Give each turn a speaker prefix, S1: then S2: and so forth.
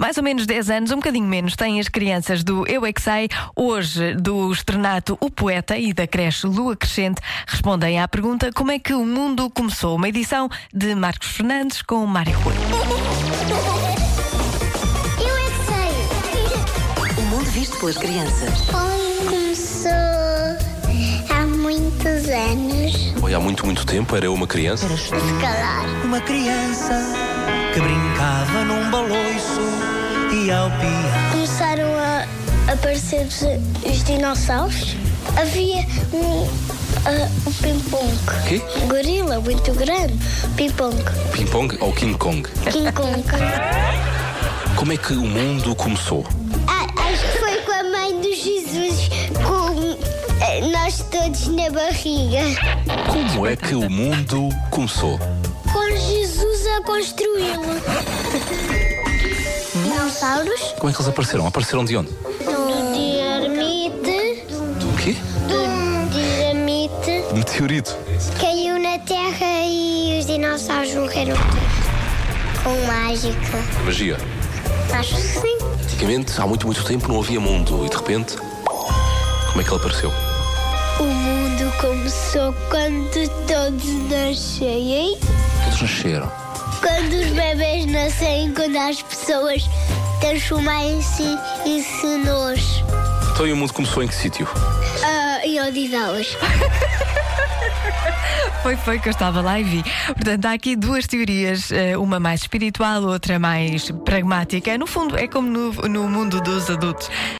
S1: mais ou menos 10 anos, um bocadinho menos, têm as crianças do Eu É Que Sei, hoje do externato O Poeta e da creche Lua Crescente, respondem à pergunta como é que o mundo começou. Uma edição de Marcos Fernandes com Mário Rui.
S2: Eu é que sei.
S3: O mundo visto pelas crianças.
S2: Onde começou há muitos anos,
S4: Foi há muito, muito tempo, era eu uma criança.
S2: se calhar.
S5: uma criança que brincava num baloiço e ao piar.
S2: Começaram a aparecer os, os dinossauros. Havia um, ah, um ping-pong.
S4: Quê?
S2: Um gorila muito grande. Ping-pong.
S4: Ping-pong ou King Kong?
S2: King Kong.
S4: Como é que o mundo começou?
S2: Ah, acho que foi com a mãe do Jesus, com eh, nós todos na barriga.
S4: Como é que o mundo começou?
S2: Com Jesus a construí-lo. Dinossauros?
S4: Como é que eles apareceram? Apareceram de onde?
S2: Do dinamite.
S4: O quê?
S2: Do dinamite.
S4: Meteorito.
S2: Caiu na terra e os dinossauros morreram Com mágica.
S4: Magia.
S2: Acho que sim.
S4: Antigamente, há muito, muito tempo, não havia mundo e de repente. Como é que ele apareceu?
S2: O mundo começou quando todos nasceram.
S4: Todos nasceram.
S2: Quando os bebês nascem, quando as pessoas transformarem-se em sinos
S4: Então e o mundo começou em que sítio?
S2: Ah, e odiá-los.
S1: Foi, foi que eu estava lá e vi. Portanto, há aqui duas teorias, eh, uma mais espiritual, outra mais pragmática. No fundo, é como no, no mundo dos adultos.